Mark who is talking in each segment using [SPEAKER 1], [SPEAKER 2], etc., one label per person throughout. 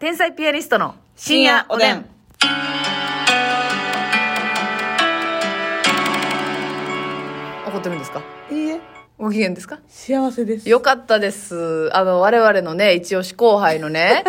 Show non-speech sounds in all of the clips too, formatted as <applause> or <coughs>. [SPEAKER 1] 天才ピアニストの深夜おでん。怒ってるんですか
[SPEAKER 2] いいえ
[SPEAKER 1] ご機嫌ですか
[SPEAKER 2] 幸せです
[SPEAKER 1] よかったです。あの、我々のね、一押し後輩の <laughs> ね、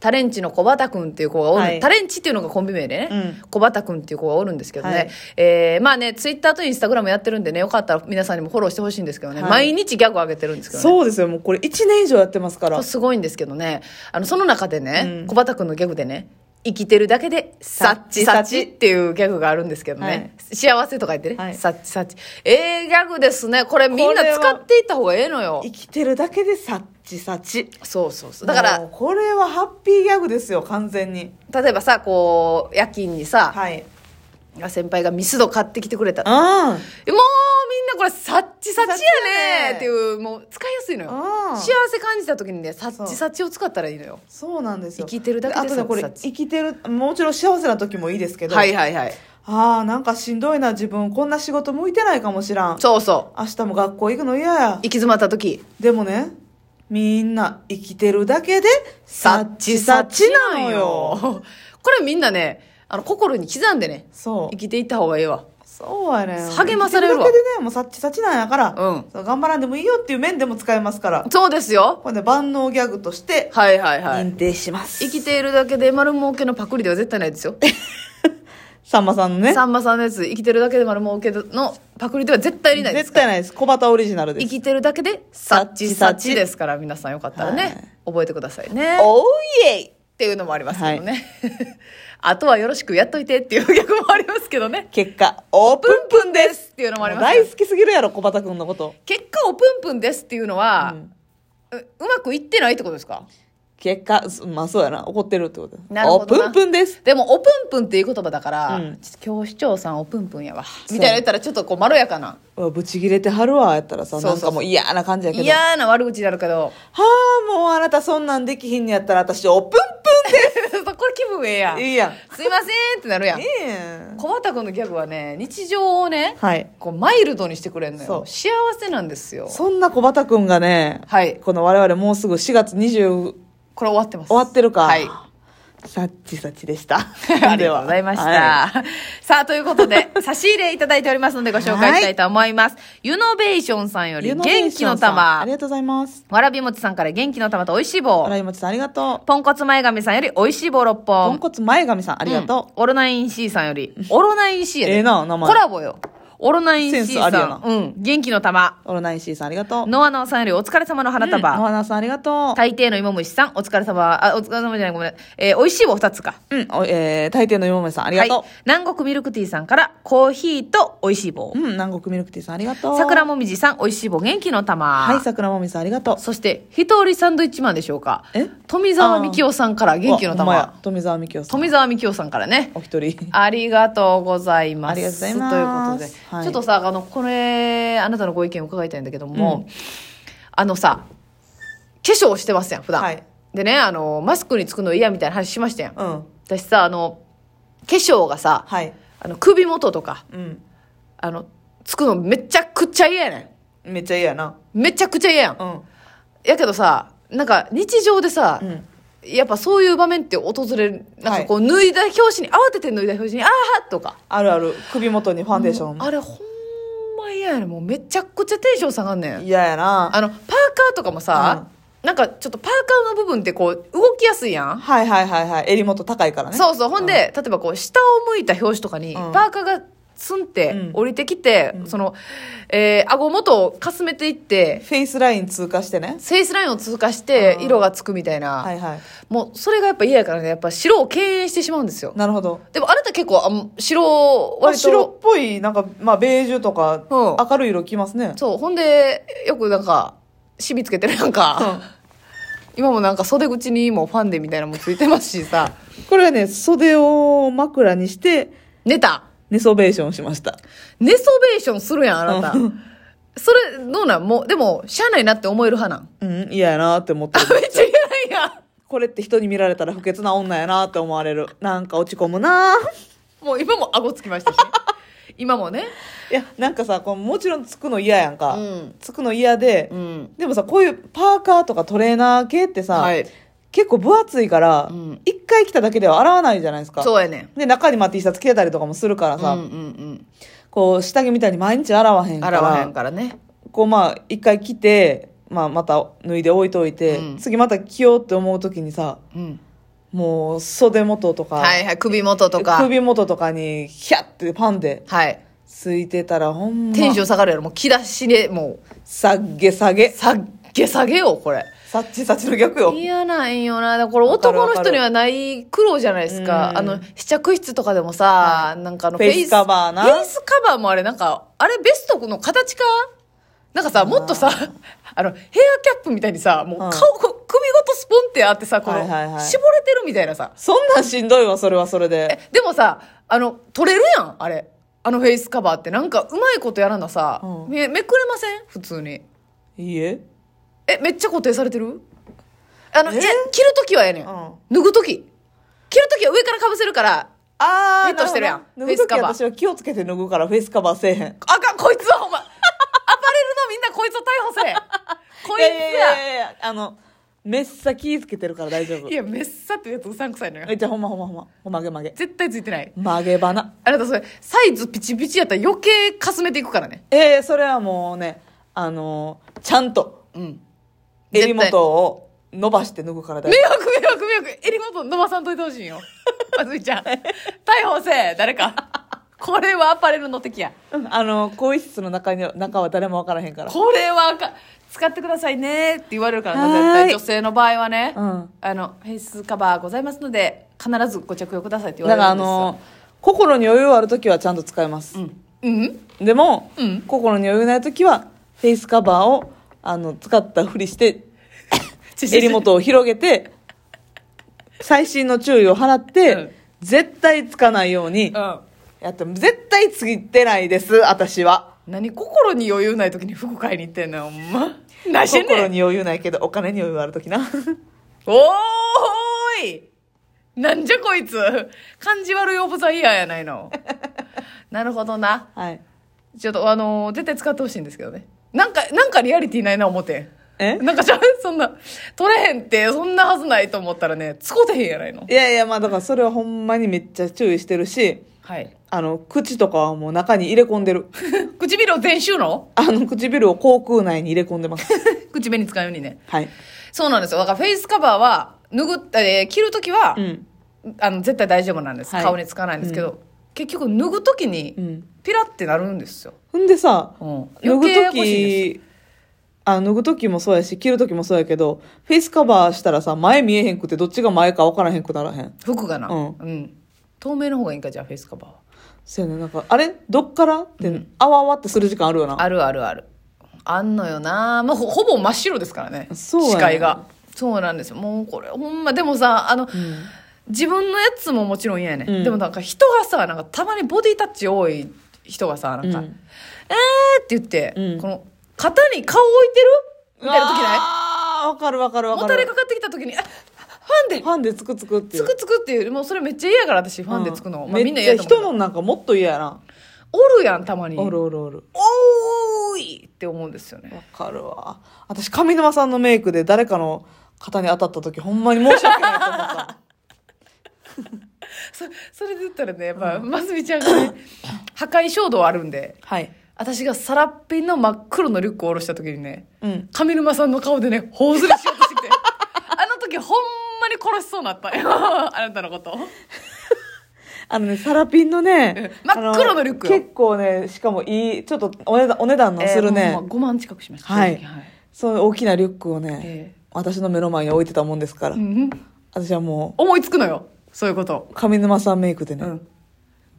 [SPEAKER 1] タレンチの小畑くんっていう子がおる、
[SPEAKER 2] はい
[SPEAKER 1] タレンチっていうのがコンビ名でね、
[SPEAKER 2] うん
[SPEAKER 1] 小畑くんっていう子がおるんですけどね、
[SPEAKER 2] はい
[SPEAKER 1] えーまあね、ツイッターとインスタグラムやってるんでね、よかったら皆さんにもフォローしてほしいんですけどね、
[SPEAKER 2] はい
[SPEAKER 1] 毎日ギャグ上げてるんですけどね。
[SPEAKER 2] そうですよもうこれ1年以上やってますから
[SPEAKER 1] すごいんですけどね、あの、その中でね、
[SPEAKER 2] うん
[SPEAKER 1] 小畑くんのギャグでね、生きてるだけで、サッチサ
[SPEAKER 2] サッチサッ
[SPEAKER 1] チ
[SPEAKER 2] チ
[SPEAKER 1] っていうギャグがあるんですけどね。
[SPEAKER 2] はい
[SPEAKER 1] 幸せとか言ってね、
[SPEAKER 2] はい
[SPEAKER 1] サッチサッチ。ええギャグですね。これみんな使っていった方がええのよ
[SPEAKER 2] 生。きてるだけでサッチサチ
[SPEAKER 1] そうそうそう。だから
[SPEAKER 2] もう、これはハッピーギャグですよ完全に
[SPEAKER 1] 例えばさこう夜勤にさ、
[SPEAKER 2] はい
[SPEAKER 1] 先輩がミスド買ってきてくれたもう
[SPEAKER 2] あ
[SPEAKER 1] みんなこれサッチサチやね
[SPEAKER 2] サッチやね
[SPEAKER 1] っていうもう使いやすいのよ
[SPEAKER 2] うん
[SPEAKER 1] 幸せ感じた時にねサッチサチを使ったらいいのよ
[SPEAKER 2] そうなんですよ
[SPEAKER 1] 生きてるだけで
[SPEAKER 2] あとねこれ
[SPEAKER 1] サッチサチ
[SPEAKER 2] 生きてるもちろん幸せな時もいいですけど、
[SPEAKER 1] はいはいはい
[SPEAKER 2] ああなんかしんどいな自分こんな仕事向いてないかもしらん
[SPEAKER 1] そうそう
[SPEAKER 2] 明日も学校行くの嫌や
[SPEAKER 1] 行き詰まった時
[SPEAKER 2] でもねみんな生きてるだけで
[SPEAKER 1] サッチサチなの
[SPEAKER 2] サッチなのよ
[SPEAKER 1] よ <laughs> これみんなねあの心に刻んでね
[SPEAKER 2] そ
[SPEAKER 1] 生
[SPEAKER 2] う
[SPEAKER 1] きていった方がいいわ
[SPEAKER 2] そうやね
[SPEAKER 1] 励まされるわ
[SPEAKER 2] 生きてだけでねもうサッチサチなんやから、
[SPEAKER 1] うん
[SPEAKER 2] そう頑張らんでもいいよっていう面でも使えますから
[SPEAKER 1] そうですよ
[SPEAKER 2] これね万能ギャグとして
[SPEAKER 1] はいはいはい
[SPEAKER 2] 認定します、
[SPEAKER 1] 生きているだけで丸儲けのパクリでは絶対ないですよ
[SPEAKER 2] さんまさんのね
[SPEAKER 1] さんまさんのやつ生きてるだけで丸儲けのパクリでは絶対にないです
[SPEAKER 2] 絶
[SPEAKER 1] から
[SPEAKER 2] 対ないです小畑オリジナルで
[SPEAKER 1] 生
[SPEAKER 2] す
[SPEAKER 1] きてるだけでサッチサ
[SPEAKER 2] サッチサ
[SPEAKER 1] チ
[SPEAKER 2] チ
[SPEAKER 1] ですから皆さんよかったらね、
[SPEAKER 2] はい
[SPEAKER 1] 覚えてくださいねっ
[SPEAKER 2] おーいえい
[SPEAKER 1] ていうのもありますけどね、 <laughs> あとはよろしくやっといてっていう逆もありますけどね
[SPEAKER 2] 結果オープン
[SPEAKER 1] プンプンですっていうのもありますけど
[SPEAKER 2] 大好きすぎるやろ小畑君のこと
[SPEAKER 1] 結果をプンプンですっていうのは、ううまくいってないってことですか
[SPEAKER 2] 結果すまあそうやな怒ってるってこと
[SPEAKER 1] なるほど
[SPEAKER 2] お
[SPEAKER 1] な
[SPEAKER 2] ぷんぷんです
[SPEAKER 1] でも「おぷんぷん」っていう言葉だから、
[SPEAKER 2] うん
[SPEAKER 1] ちょっと今日市長さんおぷんぷんやわ
[SPEAKER 2] う
[SPEAKER 1] みたいな言ったらちょっとこうまろやかな
[SPEAKER 2] うわブチ切れてはるわやったらさ
[SPEAKER 1] そうそうそう
[SPEAKER 2] なんかもう嫌な感じやけど
[SPEAKER 1] 嫌な悪口になるけど <laughs>
[SPEAKER 2] はあもうあなたそんなんできひんのやったら私おぷん
[SPEAKER 1] これ気分ええや
[SPEAKER 2] ぷ
[SPEAKER 1] ん
[SPEAKER 2] んいいやん
[SPEAKER 1] すいませんってなるやん
[SPEAKER 2] いいやん
[SPEAKER 1] 小畑君のギャグはね日常をね、
[SPEAKER 2] はい
[SPEAKER 1] こうマイルドにしてくれるの
[SPEAKER 2] そ
[SPEAKER 1] よ
[SPEAKER 2] う
[SPEAKER 1] 幸せなんですよ
[SPEAKER 2] そんな小畑君がね
[SPEAKER 1] はい
[SPEAKER 2] この我々もうすぐ4月20
[SPEAKER 1] これ終わってます
[SPEAKER 2] 終わってるか
[SPEAKER 1] はい
[SPEAKER 2] さっちさちでした
[SPEAKER 1] <laughs>
[SPEAKER 2] <laughs>
[SPEAKER 1] ありがとうございました、
[SPEAKER 2] では
[SPEAKER 1] さあということ
[SPEAKER 2] <laughs>
[SPEAKER 1] で差し入れいただいておりますのでご紹介したいと思います、ユノベーションさんよ
[SPEAKER 2] い
[SPEAKER 1] り元気の
[SPEAKER 2] あ
[SPEAKER 1] 玉
[SPEAKER 2] りがとうございます
[SPEAKER 1] わらびもちさんから元気の玉とおいしい棒
[SPEAKER 2] 荒井町さんありがとう
[SPEAKER 1] ポンコツ前髪さんよりおいしい棒6
[SPEAKER 2] ポン
[SPEAKER 1] 本
[SPEAKER 2] コツ前髪さん、ありがと
[SPEAKER 1] オロナイン C さんよりオロナイン C やで
[SPEAKER 2] ええな名前
[SPEAKER 1] コラボよオロナイン
[SPEAKER 2] セ
[SPEAKER 1] C
[SPEAKER 2] ンス
[SPEAKER 1] さ
[SPEAKER 2] あるよなん
[SPEAKER 1] うん元気の玉
[SPEAKER 2] う。オロナイン C さん、ありがとう。
[SPEAKER 1] ノアノアさんよりお疲れ様の花束、
[SPEAKER 2] ノアナさん、ありがと
[SPEAKER 1] 大抵の芋虫さん、お疲れ様、あ、お疲れ様じゃない、ごめん。えー、美味しい棒2つか。
[SPEAKER 2] う。うん、おえー、大抵のよもめさん、ありがと
[SPEAKER 1] はい。南国ミルクティーさんから、コーヒーと美味しい棒
[SPEAKER 2] う。。うん、南国ミルクティーさん、ありがとう。
[SPEAKER 1] 桜も
[SPEAKER 2] も。
[SPEAKER 1] みじさん、美味しい棒、元気の玉。
[SPEAKER 2] はい、桜もみさん、ありがとう。
[SPEAKER 1] そして、ひとりサンドイッチマンでしょうか。
[SPEAKER 2] え
[SPEAKER 1] 富澤美樹夫さんから、元気の
[SPEAKER 2] うわほんまや
[SPEAKER 1] 玉。
[SPEAKER 2] 富澤美京さん。
[SPEAKER 1] 富澤美樹夫さんからね。
[SPEAKER 2] お一人。
[SPEAKER 1] ありがとうございます。
[SPEAKER 2] ありがとうございます
[SPEAKER 1] ということで、
[SPEAKER 2] はい
[SPEAKER 1] ちょっとさ、あの、これ、あなたのご意見を伺いたいんだけども、あのさ、化粧してますやん、普段。
[SPEAKER 2] はい
[SPEAKER 1] でね、あの、マスクにつくの嫌みたいな話しましたやん。
[SPEAKER 2] うん。
[SPEAKER 1] 私さあの化粧がさ、
[SPEAKER 2] はい。
[SPEAKER 1] あの首元とか
[SPEAKER 2] うん。
[SPEAKER 1] あのつくのめちゃくちゃ嫌やね
[SPEAKER 2] めっちゃ嫌やな。
[SPEAKER 1] んめちゃくちゃ嫌やん、
[SPEAKER 2] うん。
[SPEAKER 1] やけどさなんか日常でさ、
[SPEAKER 2] うん
[SPEAKER 1] やっぱそういう場面って訪れるなんかこう、脱いだ表紙に慌てて脱いだ表紙に「ああ!」とか
[SPEAKER 2] あるある。首元にファンデーション。
[SPEAKER 1] あれほんま嫌やねんもうめちゃくちゃテンション下がんねん
[SPEAKER 2] 嫌やな。
[SPEAKER 1] あのパーカーとかもさ、なんかちょっとパーカーの部分ってこう動きやすいやん
[SPEAKER 2] はいはいはいはい。襟元高いからね。
[SPEAKER 1] そうそうほんで、例えばこう下を向いた表紙とかに、
[SPEAKER 2] うん
[SPEAKER 1] パーカーがツンって
[SPEAKER 2] うん
[SPEAKER 1] 降りてきて、その、えー、顎元をかすめていって
[SPEAKER 2] フェイスライン通過してね。
[SPEAKER 1] セースラインを通過して
[SPEAKER 2] うん
[SPEAKER 1] 色がつくみたいな、
[SPEAKER 2] はいはい。
[SPEAKER 1] もうそれがやっぱ嫌やからねやっぱ白を敬遠してしまうんですよ
[SPEAKER 2] なるほど。
[SPEAKER 1] でもあなた結構あん白を割と
[SPEAKER 2] 白っぽい、なんか、まあ、ベージュとか、
[SPEAKER 1] うん
[SPEAKER 2] 明るい色着ますね。
[SPEAKER 1] そうほんでよくなんかシミつけてるなんか、今もなんか袖口にもファンデみたいなのもついてますしさ
[SPEAKER 2] これはね、袖を枕にして、
[SPEAKER 1] 寝た
[SPEAKER 2] 寝そべーションしました。
[SPEAKER 1] 寝そべーションするやんあなた
[SPEAKER 2] う
[SPEAKER 1] それどうなんもうでもしゃあないなって思える派なん
[SPEAKER 2] うん、嫌やなって思って
[SPEAKER 1] <laughs>
[SPEAKER 2] る。
[SPEAKER 1] め
[SPEAKER 2] <laughs>
[SPEAKER 1] っちゃ嫌や
[SPEAKER 2] これって人に見られたら不潔な女やなって思われる。なんか落ち込むな
[SPEAKER 1] もう今も顎つきましたし今もね
[SPEAKER 2] いや、なんかさ、こうもちろんつくの嫌やんか。
[SPEAKER 1] うん
[SPEAKER 2] つくの嫌で、
[SPEAKER 1] うん
[SPEAKER 2] でもさ、こういうパーカーとかトレーナー系ってさ、
[SPEAKER 1] はい
[SPEAKER 2] 結構分厚いから
[SPEAKER 1] うん
[SPEAKER 2] 一、回来ただけでは洗わないじゃないですか
[SPEAKER 1] そうやねん
[SPEAKER 2] で中にまあ T シャツ着てたりとかもするから
[SPEAKER 1] うんう
[SPEAKER 2] さ、
[SPEAKER 1] ん
[SPEAKER 2] こう下着みたいに毎日洗わへ
[SPEAKER 1] うんん
[SPEAKER 2] か
[SPEAKER 1] 洗
[SPEAKER 2] ら
[SPEAKER 1] わへんからね
[SPEAKER 2] こうまあ一回着て、まあ、また脱いで置いといて、
[SPEAKER 1] うん
[SPEAKER 2] 次また着ようって思う時にさ
[SPEAKER 1] うん
[SPEAKER 2] もう袖元とか、
[SPEAKER 1] はいはい首元とか
[SPEAKER 2] 首元とかにヒャッてパンで
[SPEAKER 1] はい
[SPEAKER 2] ついてたらほんま
[SPEAKER 1] テンション下がるやろもう気出しでもう
[SPEAKER 2] 下げ下げ
[SPEAKER 1] 下げ下げよこれ
[SPEAKER 2] さっちさっちの逆よ
[SPEAKER 1] 嫌なんよな。だからこれ
[SPEAKER 2] わかる
[SPEAKER 1] 男の人にはない苦労じゃないですか。
[SPEAKER 2] うん
[SPEAKER 1] あの、試着室とかでもさ、なんかあの
[SPEAKER 2] フェイスカバーな
[SPEAKER 1] フェイスカバーもあれなんか、あれベストの形かなんかさ、もっとさ、 <laughs> あの、ヘアキャップみたいにさ、もう
[SPEAKER 2] うん
[SPEAKER 1] 顔、こう首ごとスポンってあってさ、この、
[SPEAKER 2] はいはいはい
[SPEAKER 1] 絞れてるみたいなさ。
[SPEAKER 2] そんなんしんどいわそれはそれで
[SPEAKER 1] え、でもさ、あの、取れるやん、あれ。あのフェイスカバーってなんかうまいことやらなさ、
[SPEAKER 2] うん
[SPEAKER 1] めめくれません普通に。
[SPEAKER 2] いいえ
[SPEAKER 1] え、めっちゃ固定されてるあの、い
[SPEAKER 2] え
[SPEAKER 1] や、着るときはやねん。
[SPEAKER 2] うん
[SPEAKER 1] 脱ぐとき。着るときは上からかぶせるから、
[SPEAKER 2] あ
[SPEAKER 1] フィットしてるやん
[SPEAKER 2] フ
[SPEAKER 1] フ
[SPEAKER 2] ェ
[SPEAKER 1] ェ
[SPEAKER 2] イ
[SPEAKER 1] イ
[SPEAKER 2] ス
[SPEAKER 1] ス
[SPEAKER 2] カ
[SPEAKER 1] カバ
[SPEAKER 2] バ
[SPEAKER 1] ー
[SPEAKER 2] ー私は気をつけて脱ぐからフェイスカバーせえへん
[SPEAKER 1] あかん、こいつはほん <laughs> ま。アパレルのみんなこいつを逮捕せえ。こい
[SPEAKER 2] やや
[SPEAKER 1] つや。
[SPEAKER 2] <laughs> やいやあのめっさ気ぃつけてるから大丈夫
[SPEAKER 1] いや、めっさってやつうさんくさいのよ
[SPEAKER 2] え。じゃあほんまほんまほんまほんま曲げ曲げ
[SPEAKER 1] 絶対ついてない。
[SPEAKER 2] 曲げ花
[SPEAKER 1] あなたそれ、サイズピチピチやったら余計かすめていくからね。
[SPEAKER 2] えー、それはもうねあのーちゃんと
[SPEAKER 1] うん。
[SPEAKER 2] 襟元を伸ばして脱ぐから大
[SPEAKER 1] 迷
[SPEAKER 2] 丈
[SPEAKER 1] 惑迷惑迷惑。襟元伸ばさんといてほしいんよ。あずみちゃん。逮捕せえ、誰か。これはアパレルの敵や。
[SPEAKER 2] 夫うんあの更衣室の中に中は誰もわからへんから
[SPEAKER 1] これはあかん使ってくださいねって言われるからな
[SPEAKER 2] はーい
[SPEAKER 1] 絶対女性の場合はね、
[SPEAKER 2] うん
[SPEAKER 1] あのフェイスカバーございますので必ずご着用くださいって言わ
[SPEAKER 2] だか
[SPEAKER 1] れ
[SPEAKER 2] ら
[SPEAKER 1] る
[SPEAKER 2] あ
[SPEAKER 1] んですよ
[SPEAKER 2] の心に余裕ある時はちゃんと使います、
[SPEAKER 1] うんうん
[SPEAKER 2] でも、
[SPEAKER 1] うん
[SPEAKER 2] 心に余裕ない時はフェイスカバーをあの使ったふりして
[SPEAKER 1] <laughs>
[SPEAKER 2] 襟元を広げて最新の注意を払って、
[SPEAKER 1] うん
[SPEAKER 2] 絶対つかないように、
[SPEAKER 1] うん
[SPEAKER 2] やって絶対ついてないです私は
[SPEAKER 1] 何心に余裕ない時に服買いに行ってんのよほんま何してんね
[SPEAKER 2] 心
[SPEAKER 1] ん
[SPEAKER 2] に余裕ないけどお金に余裕ある時な <laughs>
[SPEAKER 1] おーいなんじゃこいつ感じ悪いオブザイヤーやないの <laughs> なるほどな
[SPEAKER 2] はい
[SPEAKER 1] ちょっとあの絶対使ってほしいんですけどねなんかなんかリアリティないな思ってん
[SPEAKER 2] え
[SPEAKER 1] なんかちゃうそんな、取れへんって、そんなはずないと思ったらね、使うてへんやないの。
[SPEAKER 2] いやいやまあだからそれはほんまにめっちゃ注意してるし
[SPEAKER 1] <laughs> はい。
[SPEAKER 2] あの口とかはもう中に入れ込んでる
[SPEAKER 1] 唇を全収
[SPEAKER 2] <laughs>
[SPEAKER 1] 納
[SPEAKER 2] あの唇を口腔内に入れ込んでます <laughs>
[SPEAKER 1] 口紅使うようにね。
[SPEAKER 2] はい
[SPEAKER 1] そうなんですよ。だからフェイスカバーは、脱ぐ、えー着るときは
[SPEAKER 2] う、ん
[SPEAKER 1] あの、絶対大丈夫なんです。
[SPEAKER 2] はい
[SPEAKER 1] 顔につかないんですけど、結局脱ぐときに
[SPEAKER 2] う、ん
[SPEAKER 1] ピラってなるんですよ。
[SPEAKER 2] ほんでさ、
[SPEAKER 1] うん
[SPEAKER 2] 脱ぐ
[SPEAKER 1] 余計やや
[SPEAKER 2] 時
[SPEAKER 1] こしい
[SPEAKER 2] あ脱ぐ時もそうやし着る時もそうやけどフェイスカバーしたらさ前見えへんくてどっちが前か分からへんくならへん
[SPEAKER 1] 服がな。
[SPEAKER 2] うん
[SPEAKER 1] 透明の方がいいんか、じゃあフェイスカバーは。
[SPEAKER 2] そうやねなんかあれどっからって、あわあわってする時間あるよな
[SPEAKER 1] あるあるある。あんのよな。まあ、ほほぼ真っ白ですからね。
[SPEAKER 2] そうやね
[SPEAKER 1] 視界が。そうなんですよ。もうこれ、ほんま、でもさ、あの、自分のやつももちろん嫌やね、
[SPEAKER 2] うん
[SPEAKER 1] ん。でもなんか人がさ、なんかたまにボディタッチ多い人がさ、なんか、
[SPEAKER 2] う
[SPEAKER 1] えー
[SPEAKER 2] ん
[SPEAKER 1] って言って、
[SPEAKER 2] うん
[SPEAKER 1] この、肩に顔置いてるみたいな時ない
[SPEAKER 2] ああわかるわかるわ
[SPEAKER 1] も
[SPEAKER 2] かる
[SPEAKER 1] たれかかってきた時に、あファンで、
[SPEAKER 2] ファンでつくつくってい
[SPEAKER 1] つ
[SPEAKER 2] う
[SPEAKER 1] くつくっていう、もうそれめっちゃ嫌やから私、ファンでつくの。
[SPEAKER 2] うん
[SPEAKER 1] まあみんな
[SPEAKER 2] め
[SPEAKER 1] 嫌
[SPEAKER 2] っ
[SPEAKER 1] だ
[SPEAKER 2] ちゃ
[SPEAKER 1] と
[SPEAKER 2] 人
[SPEAKER 1] 思
[SPEAKER 2] の
[SPEAKER 1] う。
[SPEAKER 2] なんかもっと嫌やな、
[SPEAKER 1] おるやん、たまに。
[SPEAKER 2] おるおるおる
[SPEAKER 1] おーいって思うんですよね。
[SPEAKER 2] わかるわ私上沼さんのメイクで誰かの肩に当たった時ほんまに申し訳ないと思
[SPEAKER 1] <laughs>
[SPEAKER 2] った
[SPEAKER 1] そそれで言ったらね、やっぱ、ますみちゃん <coughs> がね、破壊衝動あるんで、
[SPEAKER 2] はい
[SPEAKER 1] 私がさらっぴんの真っ黒のリュックを下ろした時にね、
[SPEAKER 2] うん
[SPEAKER 1] 上沼さんの顔でね、頬ずりしようとしてき <laughs> て、あの時ほんまに殺しそうになった <laughs> よ。あなたのこと。
[SPEAKER 2] あのね、サラピンのね、
[SPEAKER 1] うん真っ黒のリュックよ
[SPEAKER 2] あの結構ね、しかもいい、ちょっとお値段お値段のするね、
[SPEAKER 1] えーほんま5万近くしました。
[SPEAKER 2] はい
[SPEAKER 1] 正直
[SPEAKER 2] そういう大きなリュックをね、
[SPEAKER 1] え
[SPEAKER 2] 私の目の前に置いてたもんですから、
[SPEAKER 1] うん
[SPEAKER 2] 私はも
[SPEAKER 1] 思いつくのよ。そういうこと。
[SPEAKER 2] う、上沼さんメイクでね、
[SPEAKER 1] うん。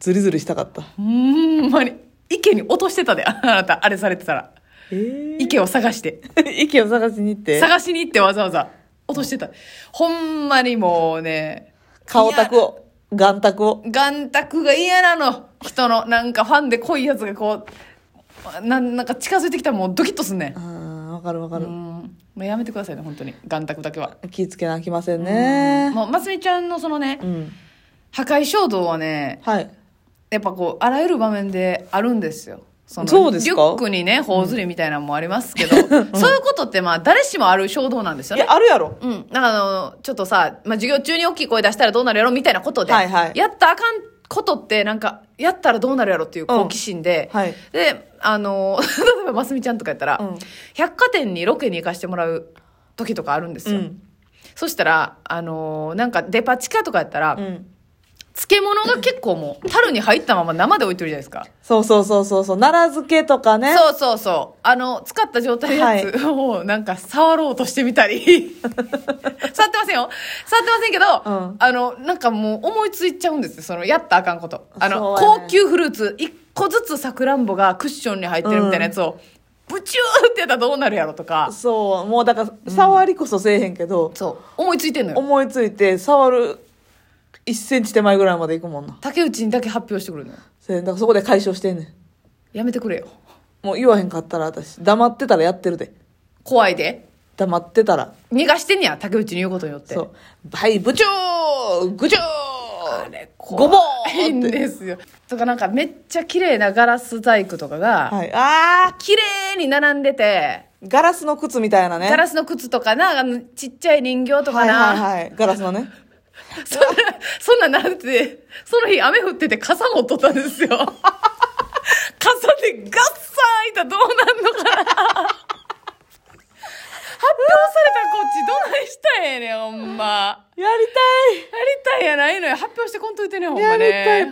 [SPEAKER 2] ズリズリしたかった。
[SPEAKER 1] ほんまに。池に落としてたで、あなた、あれされてたら。
[SPEAKER 2] えー、
[SPEAKER 1] 池を探して。
[SPEAKER 2] 息を探しに行って、
[SPEAKER 1] 探しに行ってわざわざ落としてた。ほんまにもうね。
[SPEAKER 2] 顔タクを、眼タクを、
[SPEAKER 1] 眼卓が嫌なの人のなんかファンで濃いやつがこうなんなんか近づいてきたらもうドキッとすんね
[SPEAKER 2] あーわかるわか
[SPEAKER 1] んう
[SPEAKER 2] る。
[SPEAKER 1] んもうやめてくださいね本当に眼卓だけは
[SPEAKER 2] 気ぃつけなきませんね。
[SPEAKER 1] もうますみちゃんのそのね
[SPEAKER 2] うん。
[SPEAKER 1] 破壊衝動はね
[SPEAKER 2] はい。
[SPEAKER 1] やっぱこうあらゆる場面であるんですよその
[SPEAKER 2] そうですか
[SPEAKER 1] リュックにね、頬ずりみたいなのもありますけど、そういうことってまあ、誰しもある衝動なんですよ
[SPEAKER 2] い
[SPEAKER 1] ね
[SPEAKER 2] や、。あるやろ。
[SPEAKER 1] うん。なんかあの、ちょっとさ、まあ、授業中に大きい声出したらどうなるやろみたいなことで、
[SPEAKER 2] はいはい
[SPEAKER 1] やったらあかんことって、なんか、やったらどうなるやろっていう好奇心で、
[SPEAKER 2] うんはい
[SPEAKER 1] で、あの、 <laughs> 例えばますみちゃんとかやったら、
[SPEAKER 2] うん
[SPEAKER 1] 百貨店にロケに行かしてもらう時とかあるんです
[SPEAKER 2] う
[SPEAKER 1] よ。
[SPEAKER 2] ん。
[SPEAKER 1] そしたら、あの、なんかデパ地下とかやったら、
[SPEAKER 2] うん。
[SPEAKER 1] 漬物が結構もう、樽に入ったまま生で置いてるじゃないですか。
[SPEAKER 2] そうそうそうそうそう。奈良漬けとかね。
[SPEAKER 1] そうそうそう。あの、使った状態のやつを、なんか、触ろうとしてみたり。
[SPEAKER 2] <laughs>
[SPEAKER 1] 触ってませんよ。触ってませんけど、
[SPEAKER 2] うん
[SPEAKER 1] あの、なんかもう思いついちゃうんですよ。その、やったらあかんこと。あの、
[SPEAKER 2] そうやね
[SPEAKER 1] 高級フルーツ、一個ずつさくらんぼがクッションに入ってるみたいなやつを、ブチューってやったらどうなるやろとか、
[SPEAKER 2] そう。もうだから、触りこそせえへんけど、
[SPEAKER 1] そう、思いついてんのよ。
[SPEAKER 2] 思いついて、触る1センチ手前ぐらいまで行くもんな。
[SPEAKER 1] 竹内にだけ発表してくるのよ。
[SPEAKER 2] せやだからそこで解消してんね
[SPEAKER 1] やめてくれよ。
[SPEAKER 2] ん。もう言わへんかったら私、黙ってたらやってるで。
[SPEAKER 1] 怖いで。
[SPEAKER 2] 黙ってたら。
[SPEAKER 1] 逃がしてんねや、竹内に言うことによって。
[SPEAKER 2] そう。はい、部長部長
[SPEAKER 1] あれ
[SPEAKER 2] ごぼう
[SPEAKER 1] いいんですよ。とかなんかめっちゃ綺麗なガラス細工とかが、
[SPEAKER 2] はい。あー
[SPEAKER 1] 綺麗に並んでて、
[SPEAKER 2] ガラスの靴みたいなね。
[SPEAKER 1] ガラスの靴とかな、あの、ちっちゃい人形とか
[SPEAKER 2] はい
[SPEAKER 1] な、
[SPEAKER 2] はいはい。ガラスのね。
[SPEAKER 1] <laughs> そんな、そんなん並んでて、その日雨降ってて傘持っとったんですよ。 <laughs> 傘でガッサー開いたらどうなんのかな。 <laughs> 発表されたらこっちどないしたらええねん、ほんま。
[SPEAKER 2] やり
[SPEAKER 1] やりたいやないのよ。発表してこんといてね、ほん
[SPEAKER 2] た
[SPEAKER 1] ま
[SPEAKER 2] い
[SPEAKER 1] ね。
[SPEAKER 2] やりたい